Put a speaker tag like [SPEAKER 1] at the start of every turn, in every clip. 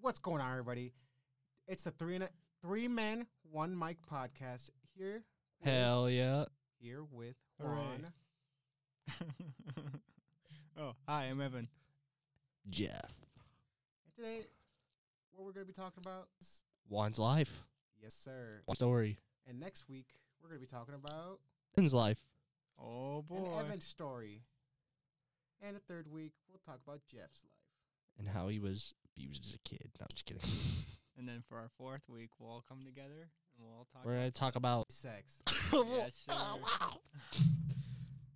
[SPEAKER 1] What's going on, everybody? It's the three and a, three men, one mic podcast here. with-
[SPEAKER 2] Hell yeah.
[SPEAKER 1] Here with
[SPEAKER 3] Hooray.
[SPEAKER 1] Juan.
[SPEAKER 3] oh, hi, I'm Evan.
[SPEAKER 2] Jeff.
[SPEAKER 1] And today, what we're going to be talking about is
[SPEAKER 2] Juan's life.
[SPEAKER 1] yes, sir.
[SPEAKER 2] Juan's story.
[SPEAKER 1] And next week, we're going to be talking about
[SPEAKER 2] Evan's life.
[SPEAKER 3] Oh
[SPEAKER 1] an
[SPEAKER 3] boy.
[SPEAKER 1] Evan story. And the third week, we'll talk about Jeff's life.
[SPEAKER 2] And how he was abused as a kid. No, I'm just kidding.
[SPEAKER 3] And then for our fourth week, we'll all come together and we'll all talk.
[SPEAKER 2] We're going to talk about.
[SPEAKER 1] Sex.
[SPEAKER 3] Yes, sir.
[SPEAKER 1] Oh,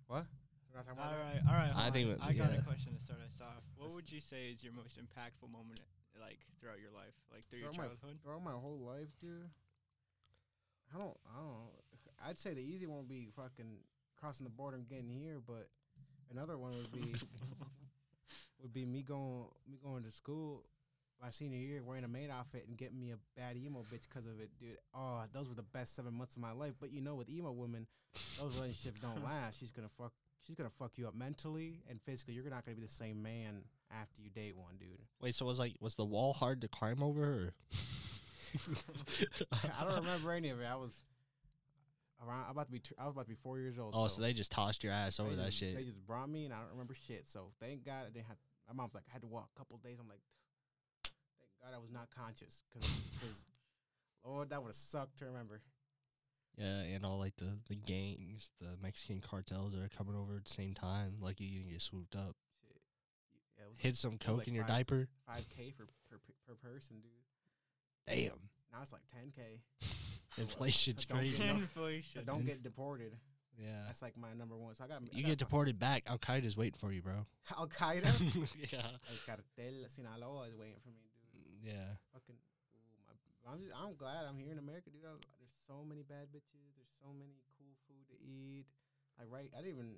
[SPEAKER 1] What? We're not talking
[SPEAKER 3] all
[SPEAKER 1] about that?
[SPEAKER 3] right, all right.
[SPEAKER 2] I
[SPEAKER 3] hold
[SPEAKER 2] think
[SPEAKER 3] on.
[SPEAKER 2] we-
[SPEAKER 3] I got
[SPEAKER 2] yeah.
[SPEAKER 3] a question to start us off. What
[SPEAKER 1] Let's-
[SPEAKER 3] would you say is your most impactful moment, like throughout your life, like through your
[SPEAKER 1] Throughout my,
[SPEAKER 3] childhood?
[SPEAKER 1] throughout my whole life, dude. I don't, I don't know. I'd say the easy one would be fucking crossing the border and getting here, but another one would be would be me going me going to school my senior year wearing a maid outfit and getting me a bad emo bitch because of it, dude. Oh, those were the best seven months of my life. But you know, with emo women, those relationships don't last. She's gonna fuck. She's gonna fuck you up mentally and physically. You're not gonna be the same man after you date one, dude.
[SPEAKER 2] Wait, so was like, was the wall hard to climb over? Or?
[SPEAKER 1] I don't remember any of it. I was around about to be t- I was about to be four years old.
[SPEAKER 2] Oh, so, they just tossed your ass
[SPEAKER 1] they
[SPEAKER 2] over that
[SPEAKER 1] just- They
[SPEAKER 2] shit.
[SPEAKER 1] just brought me and I don't remember shit. So thank God I didn't have. My mom's like I had to walk a couple days. I'm like, thank God I was not conscious because Lord that would have sucked to remember.
[SPEAKER 2] Yeah, and all like the, the gangs, the Mexican cartels that are coming over at the same time. Lucky you didn't get swooped up.
[SPEAKER 1] Shit. Yeah, it was
[SPEAKER 2] Hid some coke
[SPEAKER 1] like
[SPEAKER 2] in your
[SPEAKER 1] five-
[SPEAKER 2] diaper.
[SPEAKER 1] five k for per, per person, dude.
[SPEAKER 2] Damn.
[SPEAKER 1] Now it's like ten k.
[SPEAKER 2] Inflation's
[SPEAKER 1] don't get
[SPEAKER 2] crazy.
[SPEAKER 1] no- So
[SPEAKER 3] Inflation.
[SPEAKER 1] don't get deported.
[SPEAKER 2] Yeah.
[SPEAKER 1] That's like my number one. So I got
[SPEAKER 2] Uh, You get deported back. Al Qaeda's waiting for you, bro.
[SPEAKER 1] Al Qaeda.
[SPEAKER 2] yeah.
[SPEAKER 1] El cartel Sinaloa is waiting for me, dude.
[SPEAKER 2] Yeah.
[SPEAKER 1] fucking. Ooh, my, I'm just, I'm glad I'm here in America, dude. I, there's so many bad bitches. There's so many cool food to eat. Like right, I didn't even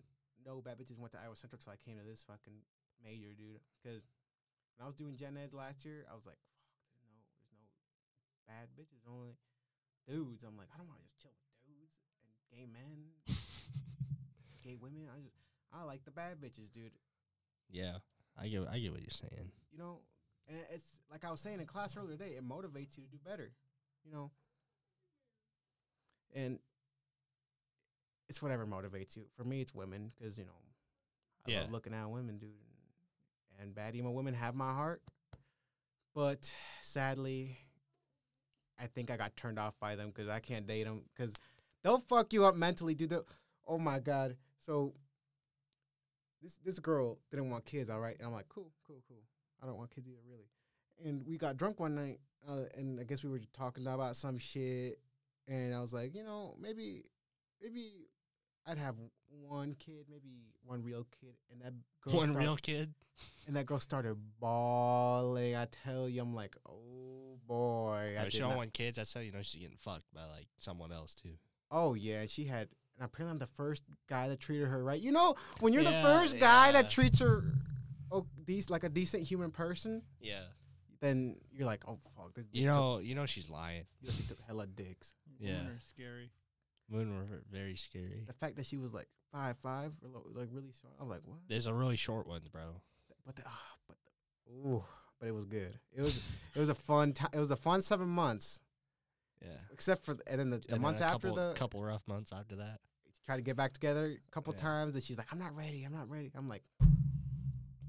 [SPEAKER 1] know bad bitches went to Iowa Central till I came to this fucking major, dude. Because when I was doing gen eds last year, I was like, fuck, there's no, there's no bad bitches, only dudes. I'm like, I don't want to just chill with dudes and gay men, gay women. I just I like the bad bitches, dude.
[SPEAKER 2] yeah. I get I get what you're saying.
[SPEAKER 1] you know, and it's like I was saying in class earlier today, it motivates you to do better, you know. And it's whatever motivates you. For me, it's women because you know, I
[SPEAKER 2] Yeah.
[SPEAKER 1] love looking at women, dude, and, and bad emo women have my heart. But sadly, I think I got turned off by them because I can't date them because they'll fuck you up mentally, dude. They'll- Oh my god! So this this girl didn't want kids, all right, and I'm like, cool, cool, cool. I don't want kids either, really. And we got drunk one night, uh, and I guess we were talking about some shit, and I was like, you know, maybe, maybe I'd have one kid, maybe one real kid, and that girl
[SPEAKER 2] One
[SPEAKER 1] start-
[SPEAKER 2] real kid.
[SPEAKER 1] and that girl started bawling. I tell you, I'm like, oh boy, I
[SPEAKER 2] if she
[SPEAKER 1] did
[SPEAKER 2] don't
[SPEAKER 1] not-
[SPEAKER 2] want kids, that's how you know she's getting fucked by like someone else too.
[SPEAKER 1] Oh yeah, she had. And apparently, I'm the first guy that treated her right. You know, when you're the
[SPEAKER 2] Yeah,
[SPEAKER 1] first guy
[SPEAKER 2] yeah.
[SPEAKER 1] that treats her, oh, dec- like a decent human person,
[SPEAKER 2] Yeah.
[SPEAKER 1] then you're like, oh fuck, this.
[SPEAKER 2] You
[SPEAKER 1] bitch
[SPEAKER 2] know you know she's lying.
[SPEAKER 1] took, you know, she took hella dicks.
[SPEAKER 2] Yeah.
[SPEAKER 3] Women are scary.
[SPEAKER 2] Women were ver- very scary.
[SPEAKER 1] The fact that she was like five five, or lo- like really short. I'm like, what?
[SPEAKER 2] There's a really short one, bro.
[SPEAKER 1] But the, ah, but the, ooh, but it was good. It was it was a fun time. It was a fun seven months,
[SPEAKER 2] Yeah.
[SPEAKER 1] except for the, and then the, the
[SPEAKER 2] And then
[SPEAKER 1] months
[SPEAKER 2] a
[SPEAKER 1] after
[SPEAKER 2] couple,
[SPEAKER 1] the
[SPEAKER 2] couple rough months after that.
[SPEAKER 1] try to get back together a couple
[SPEAKER 2] Yeah.
[SPEAKER 1] times, and she's like, "I'm not ready. I'm not ready." I'm like,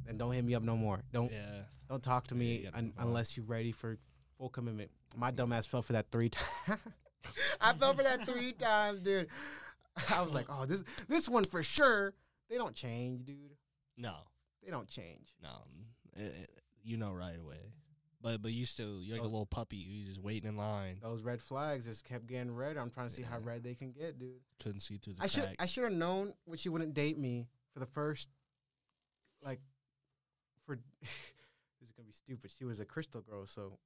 [SPEAKER 1] "Then don't hit me up no more. Don't
[SPEAKER 2] Yeah.
[SPEAKER 1] don't talk to
[SPEAKER 2] Yeah, you
[SPEAKER 1] me
[SPEAKER 2] gotta
[SPEAKER 1] un-
[SPEAKER 2] move on.
[SPEAKER 1] unless you're ready for full commitment." My dumbass fell for that three times. I fell for that three times, dude. I was like, "Oh, this this one for sure. They don't change, dude.
[SPEAKER 2] No.
[SPEAKER 1] They don't change."
[SPEAKER 2] No. It- it- you know right away. But but you still you're like a
[SPEAKER 1] Those-
[SPEAKER 2] little puppy. You just waiting in line.
[SPEAKER 1] Those red flags just kept getting redder. I'm trying to see how
[SPEAKER 2] Yeah.
[SPEAKER 1] red they can get, dude.
[SPEAKER 2] Couldn't see through the
[SPEAKER 1] I should I
[SPEAKER 2] cracks.
[SPEAKER 1] should have known when she wouldn't date me for the first like for this is gonna be stupid. She was a crystal girl, so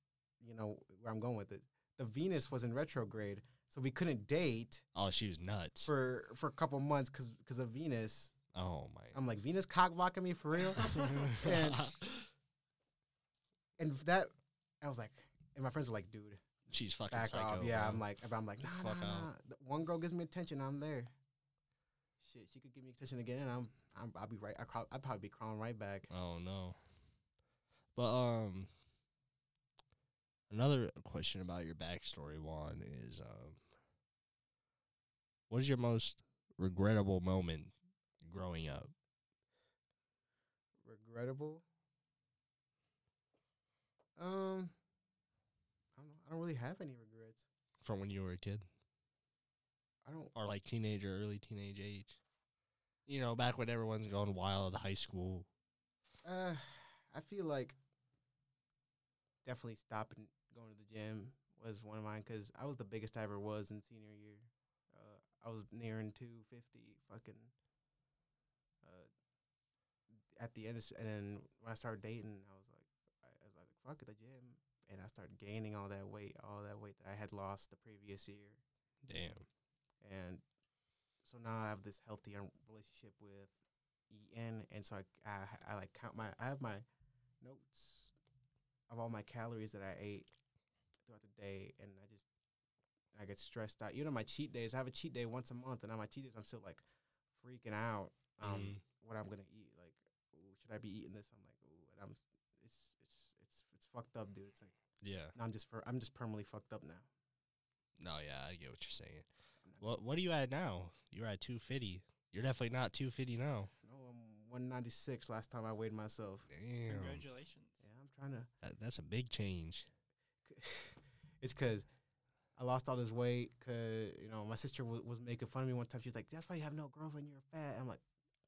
[SPEAKER 1] you know where I'm going with it. The Venus was in retrograde, so we couldn't date
[SPEAKER 2] Oh, she was nuts.
[SPEAKER 1] for for a couple months because of Venus.
[SPEAKER 2] Oh my.
[SPEAKER 1] I'm like Venus cock blocking me for real, and and that I was like, and my friends were like, dude,
[SPEAKER 2] she's fucking
[SPEAKER 1] back
[SPEAKER 2] psycho.
[SPEAKER 1] off. Yeah,
[SPEAKER 2] bro.
[SPEAKER 1] I'm like, but I'm like,
[SPEAKER 2] oh, Get the
[SPEAKER 1] nah, nah,
[SPEAKER 2] fuck
[SPEAKER 1] nah.
[SPEAKER 2] out."
[SPEAKER 1] The One girl gives me attention, I'm there. Shit, she could give me attention again, and I'm, I'm I'll be right. I crawl, I'd probably be crawling right back.
[SPEAKER 2] Oh no. But um Another question about your backstory, Juan, is um, what is your most regrettable moment growing up?
[SPEAKER 1] Regrettable. Um, I don't know. I don't really have any regrets.
[SPEAKER 2] from when you were a kid
[SPEAKER 1] I don't.
[SPEAKER 2] or like teenager, early teenage age. You know, back when everyone's going wild, high school.
[SPEAKER 1] Uh, I feel like definitely stopping going to the gym was one of mine because I was the biggest I ever was in senior year. Uh, I was nearing 250 fucking uh, at the end. Of, s- and then when I started dating, I was like, I I was like, fuck the gym. And I started gaining all that weight, all that weight that I had lost the previous year.
[SPEAKER 2] Damn.
[SPEAKER 1] and so now I have this healthy um, relationship with EN, and so I, I I like count my I have my notes of all my calories that I ate throughout the day, and I just I get stressed out. Even on my cheat days, I have a cheat day once a month, and on my cheat days, I'm still like freaking out um
[SPEAKER 2] Mhm.
[SPEAKER 1] what I'm gonna eat. Like, ooh, should I be eating this? I'm like, ooh, and I'm it's it's it's it's fucked up, dude. It's like
[SPEAKER 2] Yeah.
[SPEAKER 1] I'm just for, I'm just permanently fucked up now.
[SPEAKER 2] No, yeah, I get what you're saying.
[SPEAKER 1] I'm not-
[SPEAKER 2] What What are you at now? You're at 250. You're definitely not 250 now.
[SPEAKER 1] No, I'm 196 last time I weighed myself.
[SPEAKER 2] Damn.
[SPEAKER 3] Congratulations.
[SPEAKER 1] Yeah, I'm trying to.
[SPEAKER 2] That, that's a big change.
[SPEAKER 1] it's because I lost all this weight. Cause you know my sister w- was making fun of me one time. She's like, "That's why you have no girlfriend. You're fat." I'm like,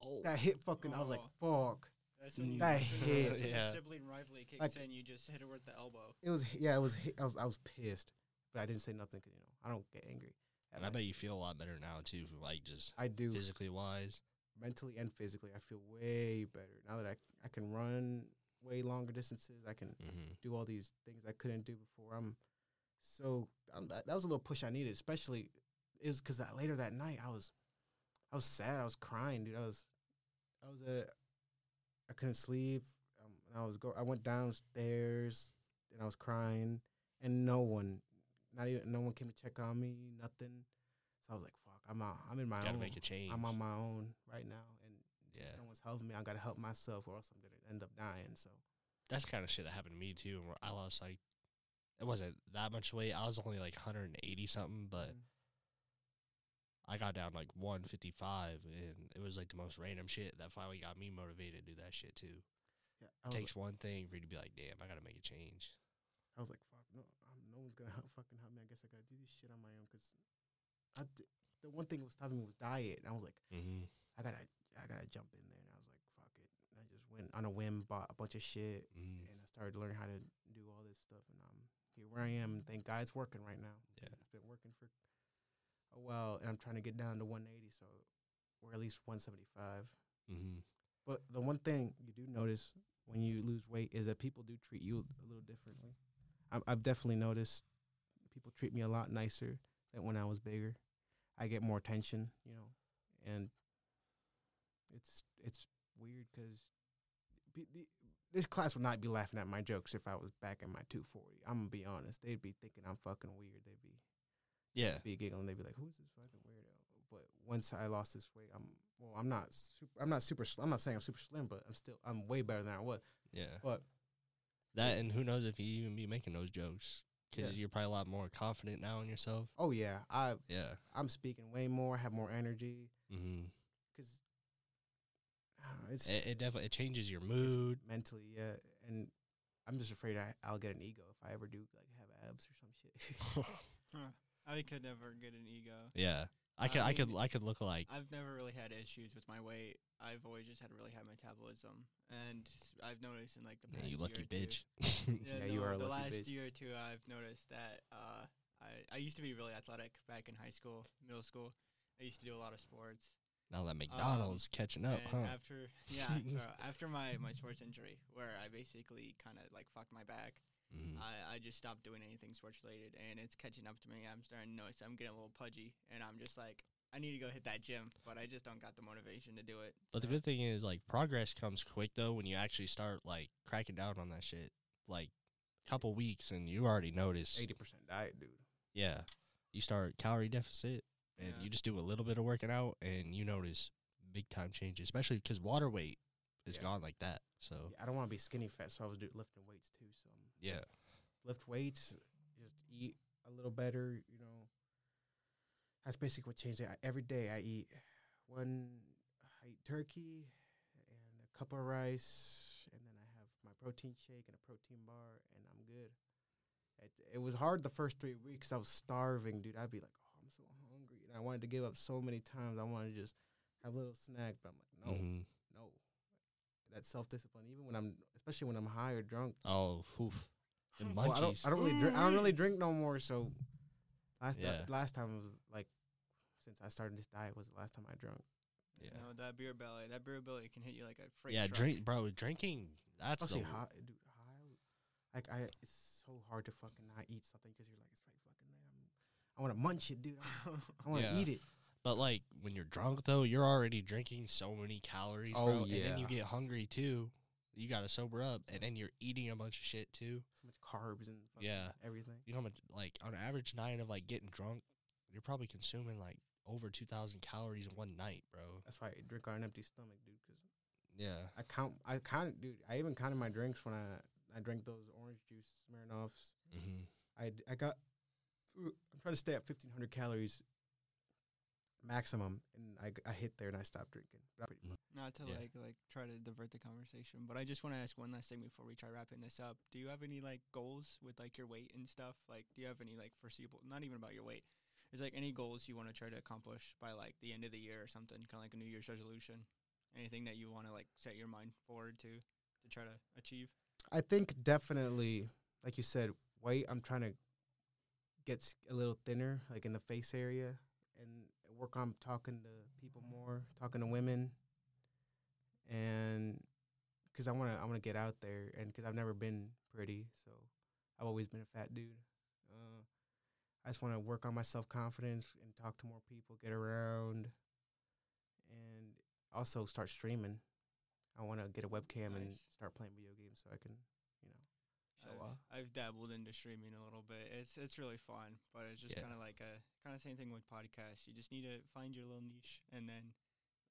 [SPEAKER 2] Oh.
[SPEAKER 1] "That hit fucking." I was like, "Fuck."
[SPEAKER 3] That's when you.
[SPEAKER 1] Mm. That
[SPEAKER 3] that's when you-
[SPEAKER 1] hit.
[SPEAKER 3] that's when the
[SPEAKER 2] Yeah.
[SPEAKER 3] Sibling rivalry kicks
[SPEAKER 1] Like-
[SPEAKER 3] in. You just hit her with the elbow.
[SPEAKER 1] It was yeah. It was hi- I was I was pissed, but I didn't say nothing. Cause you know I don't get angry. at
[SPEAKER 2] And I bet
[SPEAKER 1] myself.
[SPEAKER 2] you feel a lot better now, too, like just
[SPEAKER 1] I do
[SPEAKER 2] physically wise.
[SPEAKER 1] mentally and physically. I feel way better now that I I can run way longer distances. I can
[SPEAKER 2] Mm-hmm.
[SPEAKER 1] do all these things I couldn't do before. I'm so I'm, that, that was a little push I needed, especially it was because that later that night I was I was sad, I was crying, dude. I was I was uh, I couldn't sleep. Um, and I was go I went downstairs and I was crying, and no one, not even no one came to check on me, nothing. So I was like, fuck, I'm out. I'm in my
[SPEAKER 2] Gotta
[SPEAKER 1] own.
[SPEAKER 2] make a change.
[SPEAKER 1] I'm on my own right now, and
[SPEAKER 2] Yeah.
[SPEAKER 1] since no one's helping me, I gotta help myself, or else I'm gonna end up dying. So
[SPEAKER 2] that's kind of shit that happened to me too. Where I lost like it wasn't that much weight. I was only like 180 something, but
[SPEAKER 1] Mhm.
[SPEAKER 2] I got down like 155, and it was like the most random shit that finally got me motivated to do that shit too.
[SPEAKER 1] yeah, I
[SPEAKER 2] It
[SPEAKER 1] was
[SPEAKER 2] takes one thing for you to be like, damn, I gotta make a change.
[SPEAKER 1] I was like, fuck, no, I'm, no one's gonna help, fucking help me. I guess I gotta do this shit on my own because I d- the one thing that was stopping me was diet, and I was like,
[SPEAKER 2] Mm-hmm.
[SPEAKER 1] I gotta, I gotta jump in there, and I was like, fuck it. And I just went on a whim, bought a bunch of shit,
[SPEAKER 2] mm
[SPEAKER 3] Mm-hmm.
[SPEAKER 1] and I started learning how to do all this stuff, and um, here where I am. Thank God it's working right now.
[SPEAKER 2] Yeah.
[SPEAKER 1] it's been working for a while, and I'm trying to get down to 180, so or at least 175.
[SPEAKER 2] Mm-hmm.
[SPEAKER 1] But the one thing you do notice when you lose weight is that people do treat you a little differently. I'm, I've definitely noticed people treat me a lot nicer than when I was bigger. I get more attention, you know, and it's it's weird because this class would not be laughing at my jokes if I was back in my 240. I'm gonna be honest; they'd be thinking I'm fucking weird. They'd be
[SPEAKER 2] Yeah.
[SPEAKER 1] be giggling. They'd be like, "Who's this fucking weirdo?" But once I lost this weight, I'm well. I'm not. Super, I'm not super. Sl- I'm not saying I'm super slim, but I'm still. I'm way better than I was.
[SPEAKER 2] Yeah.
[SPEAKER 1] But
[SPEAKER 2] That and who knows if you even be making those jokes because
[SPEAKER 1] Yeah.
[SPEAKER 2] you're probably a lot more confident now in yourself.
[SPEAKER 1] oh yeah, I
[SPEAKER 2] Yeah.
[SPEAKER 1] I'm speaking way more. Have more energy
[SPEAKER 2] Mm-hmm.
[SPEAKER 1] because uh, it's
[SPEAKER 2] It, it definitely it changes your
[SPEAKER 1] it's
[SPEAKER 2] mood.
[SPEAKER 1] mentally yeah, and I'm just afraid I, I'll get an ego if I ever do like have abs or some shit.
[SPEAKER 3] I could never get an ego.
[SPEAKER 2] yeah. I could I,
[SPEAKER 3] I
[SPEAKER 2] could
[SPEAKER 3] mean,
[SPEAKER 2] I could look like
[SPEAKER 3] I've never really had issues with my weight. I've always just had a really high metabolism, and s- I've noticed in like the
[SPEAKER 2] Yeah,
[SPEAKER 3] past
[SPEAKER 2] you lucky
[SPEAKER 3] year or two-
[SPEAKER 2] bitch.
[SPEAKER 1] Yeah, you
[SPEAKER 3] no,
[SPEAKER 1] are a
[SPEAKER 3] the
[SPEAKER 1] lucky
[SPEAKER 3] last
[SPEAKER 1] bitch.
[SPEAKER 3] year or two, I've noticed that uh, I I used to be really athletic back in high school, middle school. I used to do a lot of sports.
[SPEAKER 2] now that McDonald's catching up,
[SPEAKER 3] and
[SPEAKER 2] huh?
[SPEAKER 3] after yeah, bro, after my my sports injury, where I basically kind of like fucked my back,
[SPEAKER 2] Mhm.
[SPEAKER 3] I, I just stopped doing anything sports related, and it's catching up to me. I'm starting to notice I'm getting a little pudgy, and I'm just like, I need to go hit that gym, but I just don't got the motivation to do it.
[SPEAKER 2] But the
[SPEAKER 3] so-
[SPEAKER 2] good thing is, like, progress comes quick though when you actually start like cracking down on that shit. Like, couple weeks and you already notice.
[SPEAKER 1] Eighty percent diet, dude.
[SPEAKER 2] Yeah, you start calorie deficit and
[SPEAKER 3] Yeah.
[SPEAKER 2] you just do a little bit of working out and you notice big time changes, especially because water weight is
[SPEAKER 1] Yeah.
[SPEAKER 2] gone like that. So
[SPEAKER 1] Yeah, I don't want to be skinny fat, so I was do- lifting weights too. So I'm
[SPEAKER 2] yeah,
[SPEAKER 1] lift weights, just eat a little better, you know. That's basically what changed it. I, every day I eat one I eat turkey and a cup of rice and then I have my protein shake and a protein bar and I'm good. It, it was hard the first three weeks. I was starving, dude. I'd be like, oh, I'm so hungry. And I wanted to give up so many times. I wanted to just have a little snack, but I'm like, no,
[SPEAKER 2] Mhm.
[SPEAKER 1] no. That self discipline, even when I'm, especially when I'm high or drunk.
[SPEAKER 2] Oh, oof. The munchies.
[SPEAKER 1] Well, I don't, I don't really drink. I don't really drink no more. So last ti-
[SPEAKER 2] Yeah.
[SPEAKER 1] last time was like since I started this diet was the last time I drunk.
[SPEAKER 2] yeah.
[SPEAKER 3] No, that beer belly. That beer belly can hit you like a freight
[SPEAKER 2] yeah,
[SPEAKER 3] truck.
[SPEAKER 2] drink, bro. Drinking. That's
[SPEAKER 1] Especially
[SPEAKER 2] the
[SPEAKER 1] high, dude. High, like I, it's so hard to fucking not eat something because you're like it's right fucking there. I'm, I want to munch it, dude. I, want to
[SPEAKER 2] Yeah.
[SPEAKER 1] eat it.
[SPEAKER 2] But like when you're drunk though, you're already drinking so many calories,
[SPEAKER 1] Oh,
[SPEAKER 2] bro. And then you
[SPEAKER 1] yeah.
[SPEAKER 2] get hungry too. You gotta sober up, and then you're eating a bunch of shit too.
[SPEAKER 1] So much carbs and fucking
[SPEAKER 2] Yeah.
[SPEAKER 1] everything.
[SPEAKER 2] You know, how much- like on an average night of like getting drunk, you're probably consuming like over two thousand calories in one night, bro.
[SPEAKER 1] That's why I drink on an empty stomach, dude. Because
[SPEAKER 2] Yeah.
[SPEAKER 1] I count, I count, dude. I even counted my drinks when I I drank those orange juice Smirnoffs.
[SPEAKER 2] Mm-hmm.
[SPEAKER 1] I d- I got. I'm trying to stay at 1500 calories maximum, and I, g- I hit there and I stopped drinking. But I pretty
[SPEAKER 2] Mm.
[SPEAKER 1] much-
[SPEAKER 3] Not to
[SPEAKER 2] Yeah.
[SPEAKER 3] like like try to divert the conversation, but I just want to ask one last thing before we try wrapping this up. Do you have any like goals with like your weight and stuff? Like, do you have any like foreseeable? Not even about your weight. Is like any goals you want to try to accomplish by like the end of the year or something? Kind of like a New Year's resolution. Anything that you want to like set your mind forward to to try to achieve?
[SPEAKER 1] I think definitely, like you said, weight. I'm trying to get s- a little thinner, like in the face area, and work on talking to people more, talking to women, and because I want to I want to get out there, and because I've never been pretty, so I've always been a fat dude. Uh, I just want to work on my self confidence and talk to more people, get around, and also start streaming. I want to get a webcam and
[SPEAKER 3] Nice.
[SPEAKER 1] start playing video games so I can, you know, show
[SPEAKER 3] I've,
[SPEAKER 1] off.
[SPEAKER 3] I've dabbled into streaming a little bit. It's it's really fun, but it's just
[SPEAKER 2] Yeah.
[SPEAKER 3] kind of like a kind of same thing with podcasts. You just need to find your little niche and then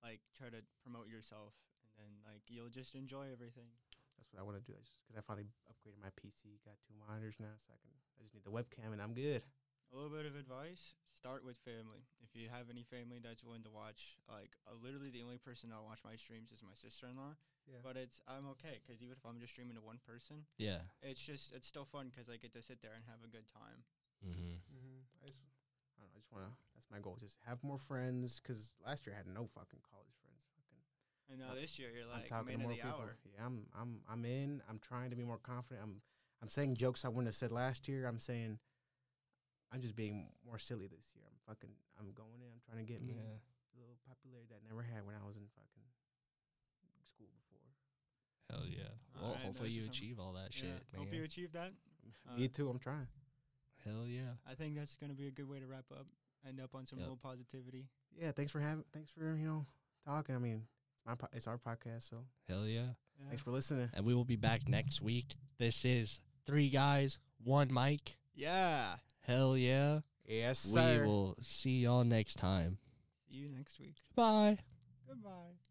[SPEAKER 3] like try to promote yourself, and then like you'll just enjoy everything.
[SPEAKER 1] That's what I want to do. I just because I finally upgraded my PC, got two monitors now, so I can. I just need the webcam and I'm good.
[SPEAKER 3] A little bit of advice: start with family. If you have any family that's willing to watch, like uh, literally the only person that'll watch my streams is my sister-in-law.
[SPEAKER 1] Yeah.
[SPEAKER 3] But it's I'm okay because even if I'm just streaming to one person,
[SPEAKER 2] Yeah.
[SPEAKER 3] it's just it's still fun because I get to sit there and have a good time.
[SPEAKER 2] Mm-hmm.
[SPEAKER 1] Mm-hmm. I just, I don't know. I just want to. That's my goal. Just have more friends. Because last year I had no fucking college friends. Fucking.
[SPEAKER 3] And now
[SPEAKER 1] I'm-
[SPEAKER 3] this year you're
[SPEAKER 1] I'm
[SPEAKER 3] like
[SPEAKER 1] talking to
[SPEAKER 3] man
[SPEAKER 1] more
[SPEAKER 3] of the
[SPEAKER 1] people.
[SPEAKER 3] hour.
[SPEAKER 1] Yeah, I'm. I'm. I'm in. I'm trying to be more confident. I'm. I'm saying jokes I wouldn't have said last year. I'm saying. I'm just being more silly this year. I'm fucking. I'm going in. I'm trying to get me
[SPEAKER 2] Yeah.
[SPEAKER 1] a little popularity that I never had when I was in fucking school before.
[SPEAKER 2] Hell yeah.
[SPEAKER 3] All
[SPEAKER 2] Well,
[SPEAKER 3] right,
[SPEAKER 2] hopefully
[SPEAKER 3] those are
[SPEAKER 2] you
[SPEAKER 3] some-
[SPEAKER 2] achieve all that shit,
[SPEAKER 3] Yeah.
[SPEAKER 2] man.
[SPEAKER 3] Hope you achieve that.
[SPEAKER 1] Me
[SPEAKER 3] Uh,
[SPEAKER 1] too. I'm trying.
[SPEAKER 2] Hell yeah.
[SPEAKER 3] I think that's going to be a good way to wrap up. End up on some
[SPEAKER 2] Yep.
[SPEAKER 3] real positivity.
[SPEAKER 1] Yeah. Thanks for having. Thanks for you know talking. I mean, it's my. Po- it's our podcast. So
[SPEAKER 2] Hell yeah.
[SPEAKER 3] Yeah.
[SPEAKER 1] thanks for listening.
[SPEAKER 2] And we will be back next week. This is three guys, one mic.
[SPEAKER 3] yeah.
[SPEAKER 2] Hell yeah.
[SPEAKER 1] Yes, sir.
[SPEAKER 2] We will see y'all next time.
[SPEAKER 3] See you next week.
[SPEAKER 2] Bye.
[SPEAKER 3] Goodbye.